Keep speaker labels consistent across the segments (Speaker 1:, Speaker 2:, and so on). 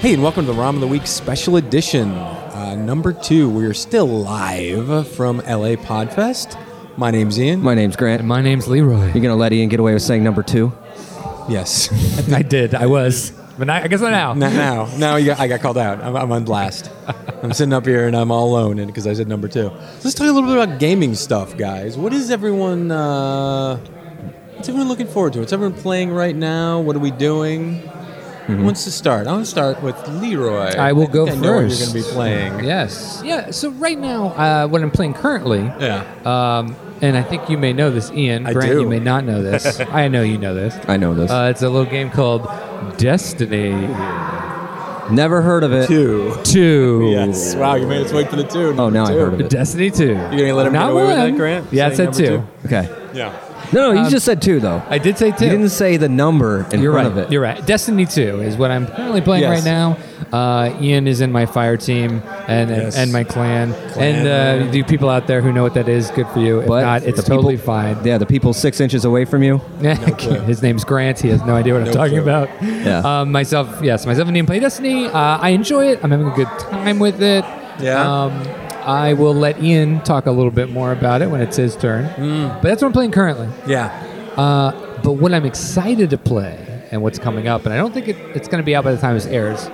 Speaker 1: Hey, and welcome to the ROM of the Week Special Edition, uh, number two. We are still live from LA Podfest. My name's Ian.
Speaker 2: My name's Grant.
Speaker 3: My name's Leroy.
Speaker 2: You're gonna let Ian get away with saying number two?
Speaker 1: yes,
Speaker 3: I did. I was. But not, I guess not now.
Speaker 1: not now. Now you got, I got called out. I'm, I'm on blast. I'm sitting up here and I'm all alone because I said number two. Let's talk a little bit about gaming stuff, guys. What is everyone? Uh, what's everyone looking forward to? What's everyone playing right now? What are we doing? Who wants to start? I want to start with Leroy.
Speaker 3: Mm-hmm. I will
Speaker 1: think
Speaker 3: go
Speaker 1: I know what you're
Speaker 3: first.
Speaker 1: going to be playing.
Speaker 3: Yes. Yeah. So right now, uh, what I'm playing currently,
Speaker 1: Yeah.
Speaker 3: um, and I think you may know this, Ian.
Speaker 1: I
Speaker 3: Grant,
Speaker 1: do.
Speaker 3: you may not know this. I know you know this.
Speaker 2: I know this.
Speaker 3: Uh, it's a little game called Destiny
Speaker 2: Never heard of it.
Speaker 1: Two.
Speaker 3: Two.
Speaker 1: Yes. Wow, you made us wait for the two.
Speaker 2: Oh, now I
Speaker 1: Number two.
Speaker 2: heard of it.
Speaker 3: Destiny Two. You're
Speaker 1: gonna let him get away with that, Grant?
Speaker 3: Yeah, I
Speaker 1: Saying
Speaker 3: said two.
Speaker 1: number
Speaker 2: Okay.
Speaker 1: Yeah.
Speaker 2: No, no, you
Speaker 3: Um,
Speaker 2: just said two though.
Speaker 3: I did say two.
Speaker 2: You didn't say the number in
Speaker 3: You're
Speaker 2: front
Speaker 3: right.
Speaker 2: of it.
Speaker 3: You're right. Destiny 2 is what I'm currently playing
Speaker 1: Yes.
Speaker 3: right now. Uh, Ian is in my fire team and
Speaker 1: Yes.
Speaker 3: and my clan.
Speaker 1: Clan.
Speaker 3: And uh, the people out there who know what that is, good for you. If
Speaker 2: But
Speaker 3: not, it's
Speaker 2: the people-
Speaker 3: totally fine.
Speaker 2: yeah, the people six inches away from you.
Speaker 1: clue.
Speaker 3: His name's Grant. He has no idea what
Speaker 1: No
Speaker 3: I'm talking
Speaker 1: clue.
Speaker 3: about.
Speaker 2: Yeah.
Speaker 3: Um, myself, yes, myself and Ian play Destiny. Uh, I enjoy it. I'm having a good time with it.
Speaker 1: Yeah.
Speaker 3: Um, I will let Ian talk a little bit more about it when it's his turn.
Speaker 1: Hmm.
Speaker 3: But that's what I'm playing currently.
Speaker 1: Yeah.
Speaker 3: Uh, but what I'm excited to play and what's coming up, and I don't think it, it's going to be out by the time this airs.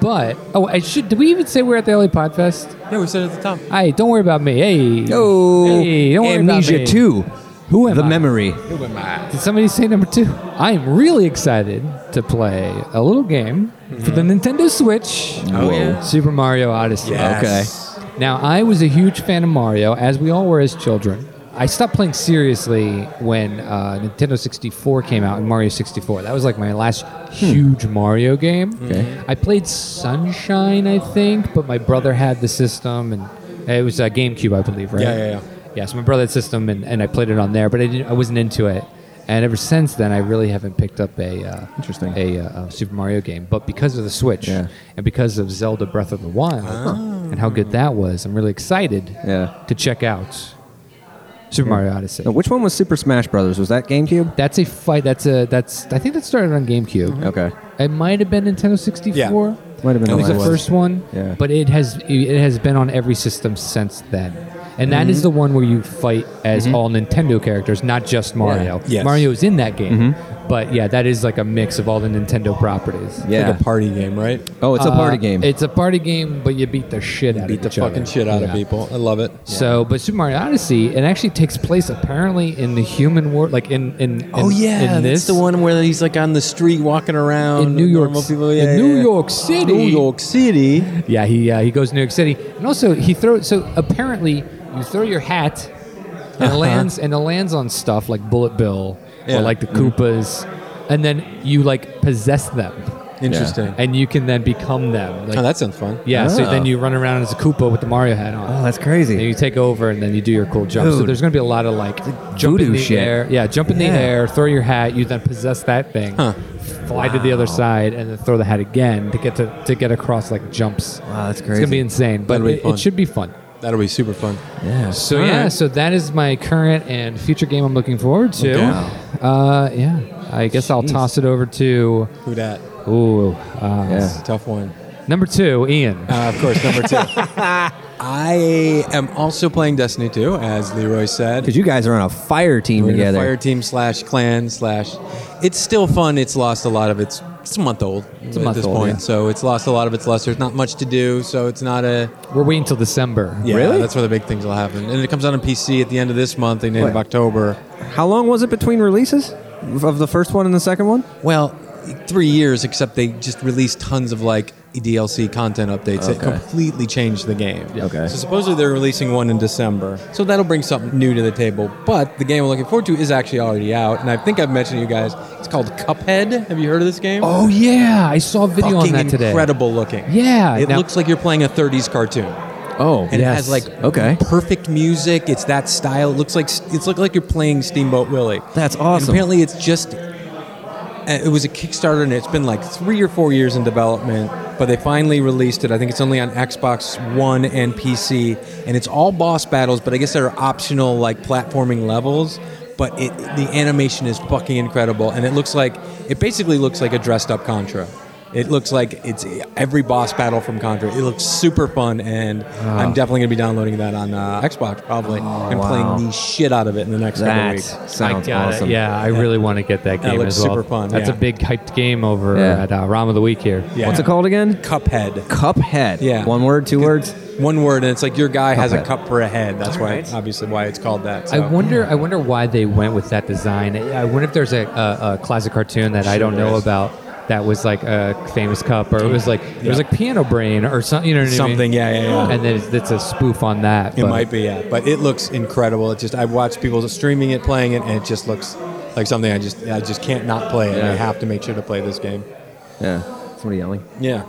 Speaker 3: But oh, I should. Did we even say we're at the LA Podfest?
Speaker 1: Yeah, we said at the top.
Speaker 3: Hey, don't worry about me. Hey,
Speaker 2: Oh,
Speaker 3: hey, don't worry about
Speaker 2: amnesia
Speaker 3: me.
Speaker 2: two.
Speaker 3: Who am
Speaker 2: the
Speaker 3: I?
Speaker 2: memory?
Speaker 3: Did somebody say number two? I am really excited to play a little game for the Nintendo Switch.
Speaker 2: Oh, Whoa. yeah.
Speaker 3: Super Mario Odyssey.
Speaker 1: Yes. Okay.
Speaker 3: Now, I was a huge fan of Mario, as we all were as children. I stopped playing seriously when uh, Nintendo 64 came out and Mario 64. That was like my last huge Mario game.
Speaker 2: Hmm. Okay.
Speaker 3: I played Sunshine, I think, but my brother had the system, and it was uh, GameCube, I believe, right?
Speaker 1: Yeah, yeah, yeah.
Speaker 3: Yeah, so my brother had system, and, and I played it on there, but I, didn't, I wasn't into it. And ever since then, I really haven't picked up a uh,
Speaker 2: Interesting.
Speaker 3: a, uh, uh, Super Mario game. But because of the Switch
Speaker 2: Yeah.
Speaker 3: and because of Zelda Breath of the Wild and how good that was, I'm really excited
Speaker 2: Ah. Yeah.
Speaker 3: to check out Super Mario Odyssey.
Speaker 2: Now, which one was Super Smash Brothers? Was that GameCube?
Speaker 3: That's a fight. That's a that's. I think that started on GameCube.
Speaker 2: Okay.
Speaker 3: It might have been Nintendo 64.
Speaker 2: Mm-hmm. Might have been
Speaker 3: It
Speaker 2: the
Speaker 3: was the
Speaker 2: last.
Speaker 3: first one,
Speaker 2: Yeah.
Speaker 3: but it has it has been on every system since then. And that
Speaker 2: Mm-hmm.
Speaker 3: is the one where you fight as all Nintendo characters, not just Mario.
Speaker 1: Yes.
Speaker 3: Mario is in that game,
Speaker 2: Mm-hmm.
Speaker 3: but yeah, that is like a mix of all the Nintendo properties.
Speaker 2: Yeah.
Speaker 1: Like a party game, right?
Speaker 2: oh, it's a
Speaker 3: Uh,
Speaker 2: party game.
Speaker 3: It's a party game, but you beat the shit out
Speaker 1: Beat
Speaker 3: of
Speaker 1: the
Speaker 3: each
Speaker 1: fucking
Speaker 3: other.
Speaker 1: shit out of
Speaker 3: Yeah.
Speaker 1: people. I love it.
Speaker 3: So, but Super Mario Odyssey, it actually takes place apparently in the human world, like in in, in
Speaker 1: Oh,
Speaker 3: in this
Speaker 1: one where he's like on the street walking around
Speaker 3: in New
Speaker 1: with
Speaker 3: York,
Speaker 1: normal
Speaker 3: Ci-
Speaker 1: people.
Speaker 3: in
Speaker 1: Yeah,
Speaker 3: New
Speaker 1: yeah, yeah.
Speaker 3: York City.
Speaker 1: New York City.
Speaker 3: Yeah, he uh, he goes to New York City, and also he throws. So apparently, you throw your hat, and it lands and it lands on stuff like Bullet
Speaker 1: Uh-huh.
Speaker 3: Bill
Speaker 1: Yeah. Mm-hmm.
Speaker 3: or like the Koopas, and then you like possess them,
Speaker 1: Interesting.
Speaker 3: and you can then become them. Like,
Speaker 1: Oh, that sounds fun.
Speaker 3: yeah, so
Speaker 2: Oh.
Speaker 3: then you run around as a Koopa with the Mario hat on.
Speaker 2: oh, that's
Speaker 3: and you
Speaker 2: crazy.
Speaker 3: take over, and then you do your cool jump. So
Speaker 2: Dude.
Speaker 3: there's going to be a lot of like jump
Speaker 2: voodoo
Speaker 3: in the
Speaker 2: shit.
Speaker 3: air, yeah, jump in
Speaker 2: Yeah.
Speaker 3: the air, throw your hat, you then possess that thing,
Speaker 1: Huh.
Speaker 3: fly to the other side, and then throw the hat again to get to, to get across like jumps.
Speaker 2: Wow, that's
Speaker 3: It's
Speaker 2: crazy.
Speaker 3: gonna be insane, but
Speaker 1: That'll be
Speaker 3: it,
Speaker 1: fun.
Speaker 3: it should be fun.
Speaker 1: That'll be super fun.
Speaker 2: yeah.
Speaker 3: So
Speaker 1: All
Speaker 3: yeah,
Speaker 1: right.
Speaker 3: so that is my current and future game I'm looking forward to.
Speaker 1: Okay.
Speaker 2: Wow.
Speaker 3: Uh, yeah, I guess I'll
Speaker 2: Jeez.
Speaker 3: toss it over to
Speaker 1: Who dat?
Speaker 3: ooh uh,
Speaker 2: Yeah.
Speaker 1: Tough one.
Speaker 3: number two, Ian.
Speaker 1: Uh, of course, number two. I am also playing Destiny 2, as Leroy said.
Speaker 2: Because you guys are on a fire team
Speaker 1: We're in a
Speaker 2: together.
Speaker 1: fire team slash clan slash. It's still fun. It's lost a lot of its. It's a month old at
Speaker 3: month
Speaker 1: this
Speaker 3: old,
Speaker 1: point,
Speaker 3: yeah.
Speaker 1: so it's lost a lot of its luster. There's not much to do, so it's not a.
Speaker 3: We're waiting till December.
Speaker 1: Yeah,
Speaker 2: Really?
Speaker 1: That's where the big things will happen, and it comes out on PC at the end of this month, and the end of
Speaker 2: What?
Speaker 1: October.
Speaker 2: How long was it between releases of the first one and the second one?
Speaker 1: Well, three years, except they just released tons of like E DLC content updates that
Speaker 2: Okay.
Speaker 1: completely changed the game.
Speaker 2: Okay.
Speaker 1: So supposedly they're releasing one in December, so that'll bring something new to the table. But the game I'm looking forward to is actually already out, and I think I've mentioned to you guys. It's called Cuphead. Have you heard of this game?
Speaker 3: Oh yeah, I saw a video on
Speaker 1: fucking
Speaker 3: that today.
Speaker 1: incredible looking.
Speaker 3: Yeah,
Speaker 1: it
Speaker 3: now-
Speaker 1: looks like you're playing a 30s cartoon.
Speaker 2: Oh,
Speaker 1: And it has like
Speaker 2: okay.
Speaker 1: perfect music. It's that style. It looks like it's look like you're playing Steamboat Willie.
Speaker 2: That's
Speaker 1: And
Speaker 2: awesome.
Speaker 1: apparently, it's just uh, it was a Kickstarter, and it's been like three or four years in development. But they finally released it. I think it's only on Xbox One and PC, and it's all boss battles. But I guess there are optional like platforming levels. But it, the animation is fucking incredible, and it looks like it basically looks like a dressed up Contra. It looks like it's every boss battle from Contra. It looks super fun, and
Speaker 2: Ah.
Speaker 1: I'm definitely gonna be downloading that on uh, Xbox probably and
Speaker 2: Oh, wow.
Speaker 1: playing the shit out of it in the next couple
Speaker 2: That
Speaker 1: weeks.
Speaker 2: sounds
Speaker 3: I got it.
Speaker 2: awesome.
Speaker 3: Yeah, I really want to get that
Speaker 1: That
Speaker 3: game
Speaker 1: looks
Speaker 3: as well.
Speaker 1: super fun,
Speaker 3: That's
Speaker 1: yeah.
Speaker 3: a big hyped game over
Speaker 2: Yeah.
Speaker 3: at uh, Rom of the Week here.
Speaker 1: Yeah.
Speaker 2: What's it called again?
Speaker 1: Cuphead.
Speaker 2: Cuphead.
Speaker 1: Yeah.
Speaker 2: One word, two words.
Speaker 1: One word, and it's like your guy has a
Speaker 2: Cuphead.
Speaker 1: cup for a head. That's why,
Speaker 2: Alright.
Speaker 1: obviously, why it's called that.
Speaker 3: I
Speaker 1: So.
Speaker 3: wonder. I wonder why they went with that design. I I wonder if there's a, a, a classic cartoon that I don't know
Speaker 1: is.
Speaker 3: about that was like a famous cup, or it was like it
Speaker 1: Yeah.
Speaker 3: was like Piano Brain or something. You know what I mean?
Speaker 1: Something, yeah, yeah, yeah.
Speaker 3: And then it's, it's a spoof on that.
Speaker 1: It
Speaker 3: but-
Speaker 1: might be, yeah. But it looks incredible. It just I've watched people streaming it, playing it, and it just looks like something I just I just can't not play it. I
Speaker 2: Yeah.
Speaker 1: have to make sure to play this game.
Speaker 2: Yeah. Somebody yelling.
Speaker 1: Yeah.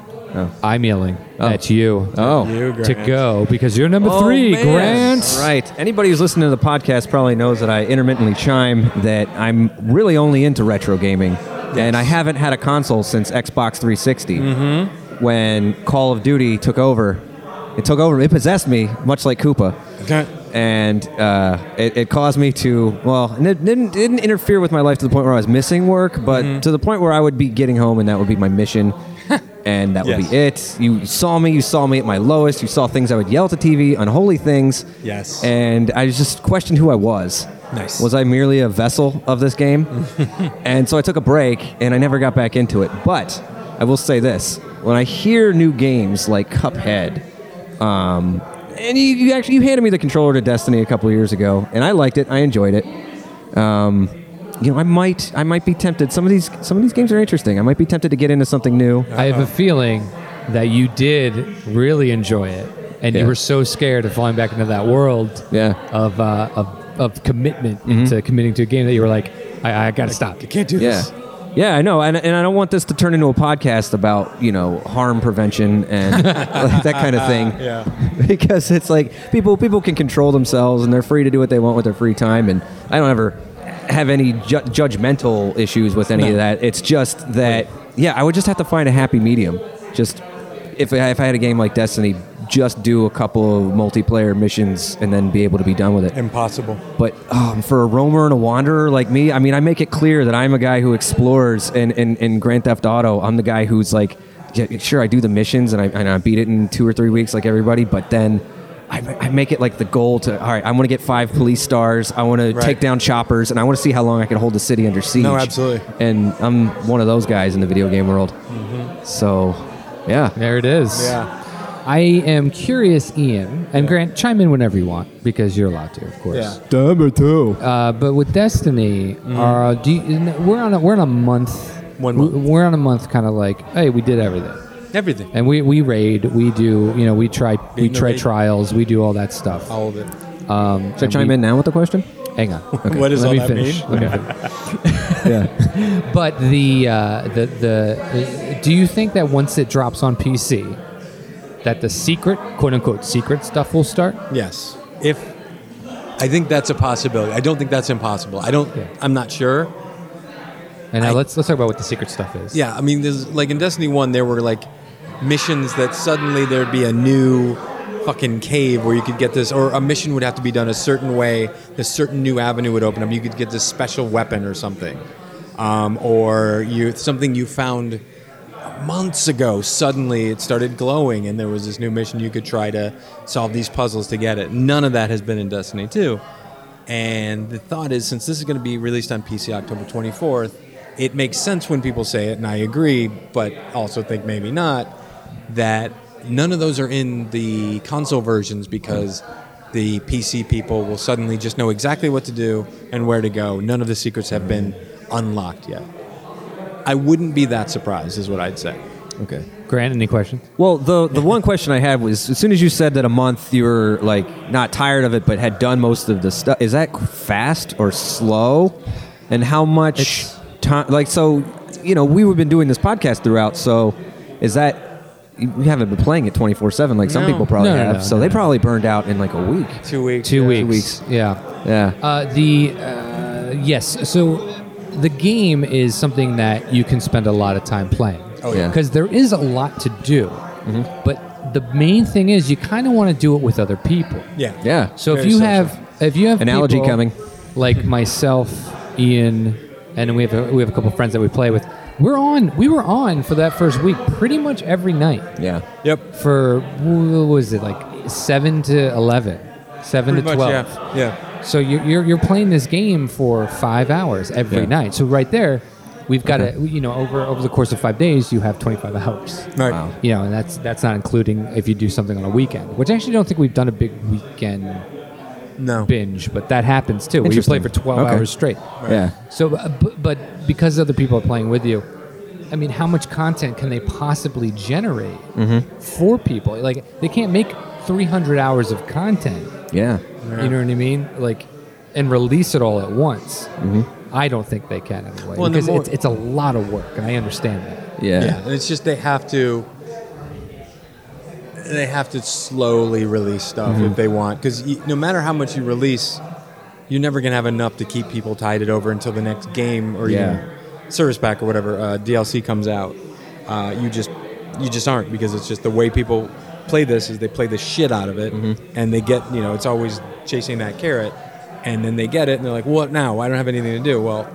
Speaker 3: I'm yelling
Speaker 2: Oh.
Speaker 3: at you.
Speaker 2: Oh.
Speaker 1: You
Speaker 3: To
Speaker 1: Grant.
Speaker 3: go because you're number
Speaker 2: Oh,
Speaker 3: three,
Speaker 2: man.
Speaker 3: Grant.
Speaker 2: Right. Anybody who's listening to the podcast probably knows that I intermittently chime that I'm really only into retro gaming, and I haven't had a console since Xbox 360.
Speaker 3: Mm-hmm.
Speaker 2: When Call of Duty took over, it took over. It possessed me, much like Koopa.
Speaker 1: Okay.
Speaker 2: And uh, it, it caused me to well, and it didn't didn't interfere with my life to the point where I was missing work, but to the point where I would be getting home and that would be my mission, and that would
Speaker 1: Yes.
Speaker 2: be it. You saw me, you saw me at my lowest. You saw things I would yell at the TV, unholy things.
Speaker 1: Yes.
Speaker 2: And I just questioned who I was.
Speaker 1: Nice.
Speaker 2: Was I merely a vessel of this game? and so I took a break, and I never got back into it. But I will say this: when I hear new games like Cuphead um, and you, you actually you handed me the controller to Destiny a couple years ago, and I liked it. I enjoyed it. Um, you know, I might I might be tempted. Some of these some of these games are interesting. I might be tempted to get into something new.
Speaker 3: I have a feeling that you did really enjoy it, and you
Speaker 2: Yeah.
Speaker 3: were so scared of falling back into that world
Speaker 2: Yeah.
Speaker 3: of, uh, of of commitment
Speaker 1: Mm-hmm.
Speaker 3: into committing to a game that you were like, I, I got to stop.
Speaker 1: I can't do
Speaker 2: Yeah,
Speaker 1: this.
Speaker 2: yeah, I know, and, and I don't want this to turn into a podcast about you know harm prevention and that kind of thing.
Speaker 1: Yeah.
Speaker 2: because it's like people people can control themselves and they're free to do what they want with their free time and i don't ever have any ju- judgmental issues with any of that it's just that yeah i would just have to find a happy medium just if I, if I had a game like destiny just do a couple of multiplayer missions and then be able to be done with it
Speaker 1: Impossible.
Speaker 2: but um, for a roamer and a wanderer like me, I mean, I make it clear that I'm a guy who explores. And in, in Grand Theft Auto, I'm the guy who's like, yeah, sure, I do the missions and I, and I beat it in two or three weeks, like everybody. But then I, ma- I make it like the goal to, all right, I want to get five police stars. I want to
Speaker 1: Right.
Speaker 2: take down choppers, and I want to see how long I can hold the city under siege.
Speaker 1: absolutely.
Speaker 2: And I'm one of those guys in the video game world.
Speaker 1: Mm-hmm.
Speaker 2: So, yeah.
Speaker 3: There it is.
Speaker 1: Yeah.
Speaker 3: I am curious, Ian, and Grant, chime in whenever you want because you're allowed to, of course.
Speaker 1: Yeah. Mm-hmm.
Speaker 2: Number two.
Speaker 3: Uh, but with Destiny, uh, do you, we're on a, we're on a month.
Speaker 1: One month.
Speaker 3: We're on a month, kind of like, hey, we did everything.
Speaker 1: Everything.
Speaker 3: And we, we raid, we do, you know, we try we
Speaker 1: Being the
Speaker 3: try
Speaker 1: raid.
Speaker 3: trials, we do all that stuff.
Speaker 1: All of it.
Speaker 3: Um,
Speaker 2: Should I chime in now with the question?
Speaker 3: Hang on.
Speaker 1: What does
Speaker 3: Let
Speaker 1: all
Speaker 3: me
Speaker 1: that
Speaker 3: finish.
Speaker 1: mean?
Speaker 3: Let me finish. But the uh, the the do you think that once it drops on PC, that the secret quote unquote secret stuff will start?
Speaker 1: Yes. If I think that's a possibility. I don't think that's impossible. I don't.
Speaker 3: Yeah.
Speaker 1: I'm not sure.
Speaker 3: And now
Speaker 1: I-
Speaker 3: let's let's talk about what the secret stuff is.
Speaker 1: Yeah, I mean, there's like in Destiny One, there were like missions that suddenly there'd be a new fucking cave where you could get this, or a mission would have to be done a certain way. A certain new avenue would open up. You could get this special weapon or something, um, or you something you found months ago. Suddenly, it started glowing, and there was this new mission you could try to solve these puzzles to get it. None of that has been in Destiny Two. And the thought is, since this is going to be released on PC October 24th, it makes sense when people say it, and I agree, but also think maybe not, that none of those are in the console versions because the PC people will suddenly just know exactly what to do and where to go. None of the secrets have been unlocked yet. I wouldn't be that surprised, is what I'd say.
Speaker 2: Okay.
Speaker 3: Grant, any questions?
Speaker 2: Well, the the one question I had was as soon as you said that a month you were like not tired of it but had done most of the stuff. Is that fast or slow? And how much
Speaker 3: It's-
Speaker 2: time? Like so, you know, we've been doing this podcast throughout. So, is that you you haven't been playing it twenty four seven like some
Speaker 1: No.
Speaker 2: people probably
Speaker 3: No, no,
Speaker 2: have?
Speaker 3: no,
Speaker 2: so
Speaker 3: no,
Speaker 2: they
Speaker 3: no.
Speaker 2: probably burned out in like a week.
Speaker 1: Two weeks.
Speaker 3: Two weeks.
Speaker 2: weeks.
Speaker 3: Yeah.
Speaker 2: Yeah.
Speaker 3: Uh, the uh, yes, so the game is something that you can spend a lot of time playing.
Speaker 1: Oh,
Speaker 2: yeah.
Speaker 3: because there is a lot to do, but the main thing is you kind of want to do it with other people.
Speaker 1: Yeah.
Speaker 2: yeah.
Speaker 3: So if
Speaker 1: Very
Speaker 3: you
Speaker 1: social.
Speaker 3: have if you have
Speaker 2: Analogy
Speaker 3: people
Speaker 2: coming.
Speaker 3: like myself, Ian, and we have a, we have a couple friends that we play with We're on. We were on for that first week pretty much every night
Speaker 2: Yeah.
Speaker 1: Yep.
Speaker 3: for what was it like seven to eleven, seven
Speaker 1: Pretty
Speaker 3: to
Speaker 1: much, yeah.
Speaker 3: twelve.
Speaker 1: Yeah.
Speaker 3: So you're, you're you're playing this game for five hours every
Speaker 2: Yeah.
Speaker 3: night. So right there, we've got to you know over over the course of five days, you have 25 hours.
Speaker 1: Right.
Speaker 2: Wow.
Speaker 3: You know, and that's that's not including if you do something on a weekend, which I actually don't think we've done a big weekend
Speaker 1: No.
Speaker 3: binge, but that happens too, where you play for
Speaker 2: Interesting.
Speaker 3: 12
Speaker 2: Okay.
Speaker 3: hours straight.
Speaker 2: Yeah.
Speaker 3: So, uh, b- but because other people are playing with you, I mean, how much content can they possibly generate
Speaker 2: Mm-hmm.
Speaker 3: for people? Like, they can't make 300 hours of content.
Speaker 2: Yeah.
Speaker 3: You know what I mean? Like, and release it all at once.
Speaker 2: Mm-hmm.
Speaker 3: I don't think they can anyway
Speaker 1: Well, and the
Speaker 3: because
Speaker 1: more-
Speaker 3: it's, it's a lot of work, and I understand that.
Speaker 2: Yeah.
Speaker 1: Yeah. And it's just they have to. They have to slowly release stuff if they want, because no matter how much you release, you're never gonna have enough to keep people tied it over until the next game or
Speaker 2: Yeah.
Speaker 1: even service pack or whatever uh, DLC comes out. Uh, you just you just aren't because it's just the way people play this is they play the shit out of it and they get you know it's always chasing that carrot and then they get it and they're like what now I don't have anything to do well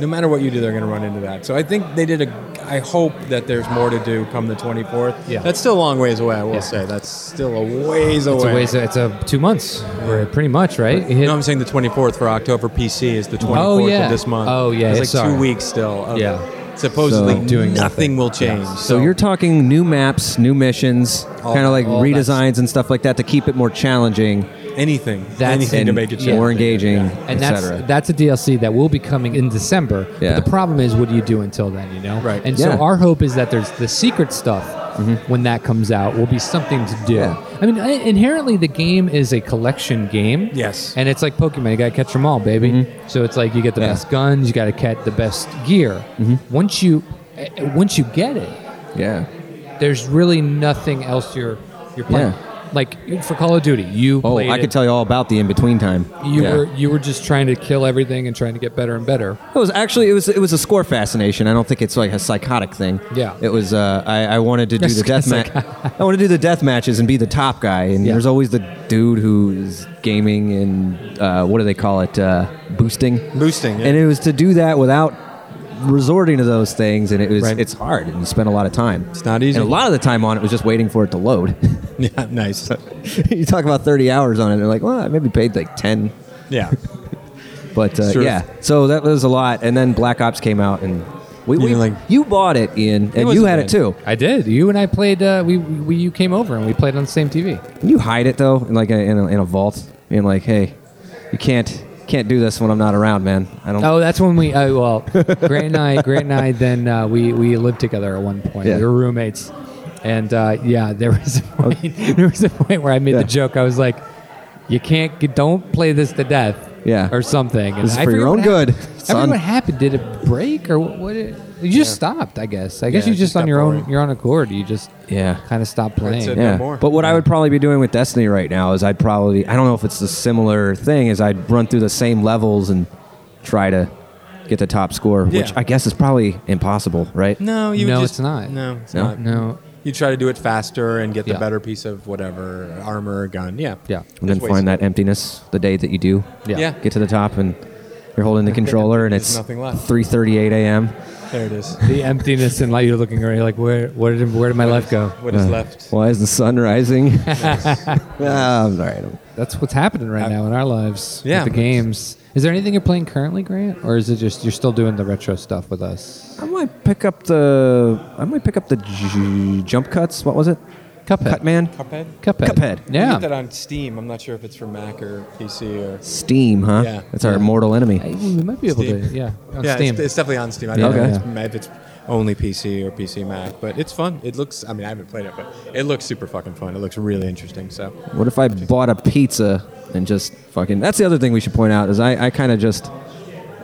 Speaker 1: no matter what you do they're going to run into that so I think they did a I hope that there's more to do come the 24th
Speaker 3: Yeah.
Speaker 1: that's still a long ways away I will
Speaker 3: Yeah.
Speaker 1: say that's still a ways away
Speaker 3: It's a ways. It's a two months, or pretty much, right? It hit-
Speaker 1: no, I'm saying the 24th for October PC is the 24th
Speaker 3: Oh, yeah.
Speaker 1: of this month.
Speaker 3: Oh, yeah,
Speaker 1: It's like
Speaker 3: sorry.
Speaker 1: two weeks still. of
Speaker 3: Yeah.
Speaker 1: Supposedly
Speaker 2: So-
Speaker 1: doing
Speaker 3: Doing
Speaker 1: nothing,
Speaker 3: nothing.
Speaker 1: will change.
Speaker 3: Yeah.
Speaker 2: So you're talking new maps, new missions, kind of like
Speaker 3: all that
Speaker 2: redesigns and stuff like that to keep it more challenging
Speaker 1: anything,
Speaker 3: That's-
Speaker 1: anything to
Speaker 2: and
Speaker 1: make it
Speaker 3: yeah.
Speaker 1: change.
Speaker 2: more engaging,
Speaker 3: and that's
Speaker 2: etc.
Speaker 3: that's a DLC that will be coming in December.
Speaker 2: Yeah.
Speaker 3: But the problem is, what do you do until then? You know,
Speaker 1: Right.
Speaker 3: And
Speaker 2: Yeah. Mm-hmm.
Speaker 3: so our hope is that there's the secret stuff when that comes out will be something to do.
Speaker 2: Yeah.
Speaker 3: I mean, i- inherently the game is a collection game.
Speaker 1: Yes.
Speaker 3: and it's like Pokemon. You gotta catch them all, baby. So it's like you get the
Speaker 2: Mm-hmm. Yeah. Mm-hmm.
Speaker 3: best guns, you gotta catch the best gear. Once you eh, eh, once you get it,
Speaker 2: Yeah.
Speaker 3: there's really nothing else you're you're playing.
Speaker 2: Yeah.
Speaker 3: Like for Call of Duty, you
Speaker 2: Oh,
Speaker 3: played
Speaker 2: I
Speaker 3: it.
Speaker 2: could tell you all about the in between time.
Speaker 3: You
Speaker 2: Yeah.
Speaker 3: were you were just trying to kill everything and trying to get better and better.
Speaker 2: It was actually it was it was a score fascination. I don't think it's like a psychotic thing.
Speaker 3: Yeah.
Speaker 2: It was. Uh, I, I wanted to do the death match.
Speaker 3: Psychotic.
Speaker 2: I wanted to do the death matches and be the top guy. And
Speaker 3: Yeah.
Speaker 2: there's always the dude who's gaming and uh, what do they call it? Uh, boosting.
Speaker 1: Boosting, yeah.
Speaker 2: And it was to do that without resorting to those things, and it was
Speaker 1: Right.
Speaker 2: it's hard, and you spend a lot of time. It's
Speaker 1: not easy.
Speaker 2: And a lot of the time on it was just waiting for it to load.
Speaker 1: yeah, nice.
Speaker 2: you talk about 30 hours on it, and they're like, well, I maybe paid like 10.
Speaker 1: Yeah.
Speaker 2: But uh,
Speaker 1: Sure.
Speaker 2: yeah, so that was a lot. And then Black Ops came out, and we,
Speaker 1: You
Speaker 2: we
Speaker 1: mean like-
Speaker 2: you bought it, Ian, and you
Speaker 1: wasn't
Speaker 2: had
Speaker 1: bad.
Speaker 2: it too.
Speaker 3: I did. You and I played. Uh, we, we you came over and we played on the same TV.
Speaker 2: Can you hide it though, in like a, in, a, in a vault, being like, hey, you can't can't do this when I'm not around, man. I don't.
Speaker 3: Oh, that's when we. Uh, well, Grant and I, Grant and I, then uh, we we lived together at one point.
Speaker 2: Yeah. Oh.
Speaker 3: We were roommates, and uh, yeah, there was a point, there was a point where I made
Speaker 2: Yeah.
Speaker 3: the joke. I was like, "You can't, get, don't play this to death."
Speaker 2: Yeah.
Speaker 3: or something. And
Speaker 2: This is
Speaker 3: I
Speaker 2: for your
Speaker 3: forget
Speaker 2: own
Speaker 3: what happened.
Speaker 2: good,
Speaker 3: I
Speaker 2: son.
Speaker 3: forget what happened. Did it break or what? what it, you just stopped, I guess. I guess
Speaker 1: Yeah,
Speaker 3: you
Speaker 1: it
Speaker 3: just
Speaker 1: just
Speaker 3: on
Speaker 1: got
Speaker 3: your own,
Speaker 1: boring.
Speaker 3: your own accord. You just
Speaker 2: Yeah.
Speaker 3: kind of stopped playing.
Speaker 1: That's it.
Speaker 2: Yeah,
Speaker 1: No more.
Speaker 2: but what I would probably be doing with Destiny right now is I'd probably I don't know if it's the similar thing is I'd run through the same levels and try to get the top score, which
Speaker 1: Yeah.
Speaker 2: I guess is probably impossible, right?
Speaker 1: No, you would
Speaker 3: No,
Speaker 1: just-
Speaker 3: it's not.
Speaker 1: No, it's
Speaker 2: No?
Speaker 1: not.
Speaker 3: No.
Speaker 1: You try to do it faster and get the
Speaker 3: Yeah.
Speaker 1: better piece of whatever armor, or gun. Yeah.
Speaker 3: Yeah.
Speaker 2: And then
Speaker 1: There's ways.
Speaker 2: find that emptiness the day that you do
Speaker 3: Yeah.
Speaker 1: Yeah.
Speaker 2: get to the top and you're holding the controller and
Speaker 1: There's
Speaker 2: it's
Speaker 1: nothing left.
Speaker 2: 3:38 a.m.
Speaker 1: There it is.
Speaker 3: The emptiness and light. You're looking around. You're like, where, where did, where did my life go?
Speaker 1: What is left?
Speaker 2: Why is the sun rising? Ah, I'm sorry. I don't-
Speaker 3: That's what's happening right now in our lives.
Speaker 1: Yeah,
Speaker 3: with
Speaker 1: but-
Speaker 3: the games. Is there anything you're playing currently, Grant, or is it just you're still doing the retro stuff with us?
Speaker 2: I might pick up the I might pick up the j- jump cuts. What was it?
Speaker 3: Cuphead.
Speaker 2: Cutman.
Speaker 1: Cuphead.
Speaker 3: Cuphead.
Speaker 2: Cuphead.
Speaker 1: I
Speaker 3: Yeah.
Speaker 1: get that on Steam. I'm not sure if it's for Mac or PC or.
Speaker 2: Steam, huh?
Speaker 1: Yeah.
Speaker 2: That's our mortal enemy.
Speaker 3: Hey, we might be able to.
Speaker 1: Steam.
Speaker 3: Yeah. On
Speaker 1: yeah,
Speaker 3: Steam.
Speaker 1: It's, it's definitely on Steam. I don't
Speaker 2: Yeah,
Speaker 1: know if
Speaker 2: okay.
Speaker 1: it's, if it's only PC or PC Mac, but it's fun. It looks. I mean, I haven't played it, but it looks super fucking fun. It looks really interesting. So
Speaker 2: What if I bought a pizza and just fucking? That's the other thing we should point out is I, I kind of just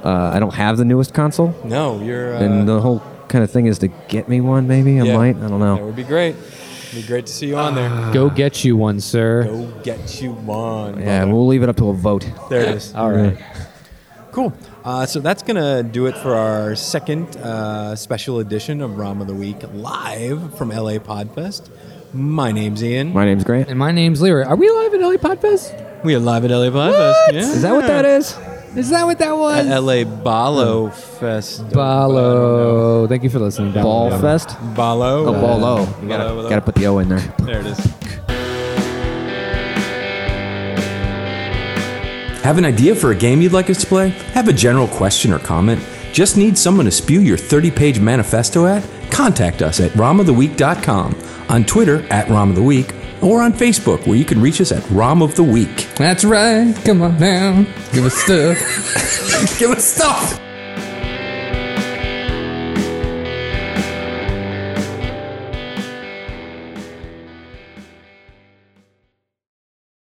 Speaker 2: uh, I don't have the newest console,
Speaker 1: no, you're. Uh,
Speaker 2: and the whole kind of thing is to get me one. Maybe I
Speaker 1: yeah.
Speaker 2: might. I don't
Speaker 1: That
Speaker 2: know.
Speaker 1: would be great. It'd be great to see you on there.
Speaker 3: Go get you one, sir.
Speaker 1: Go get you one.
Speaker 2: Yeah,
Speaker 1: brother.
Speaker 2: we'll leave it up to a vote.
Speaker 1: there it is.
Speaker 3: All right.
Speaker 1: Cool. Uh, so that's going to do it for our second uh, special edition of ROM of the Week live from LA Podfest. My name's Ian.
Speaker 2: My name's Grant.
Speaker 3: And my name's Lyra. Are we live at LA Podfest?
Speaker 1: We are live at LA Podfest. Yeah.
Speaker 2: Is that what that is?
Speaker 3: Is that what that was?
Speaker 1: L.A. Ballo
Speaker 2: Hmm.
Speaker 1: Fest.
Speaker 3: Balo. Thank you for listening. Down
Speaker 2: Ball
Speaker 3: with the-
Speaker 2: fest?
Speaker 1: Ballo.
Speaker 2: Oh, ball low. You
Speaker 1: Ballo,
Speaker 2: gotta,
Speaker 1: Ballo.
Speaker 2: gotta put the O in there.
Speaker 1: Uh, There it is.
Speaker 4: Have an idea for a game you'd like us to play? Have a general question or comment? Just need someone to spew your 30 page manifesto at? Contact us at romoftheweek.com, on Twitter at Rom of the Week, or on Facebook where you can reach us at Rom of the Week.
Speaker 3: That's right. Come on now. Give us stuff.
Speaker 4: Give us stuff!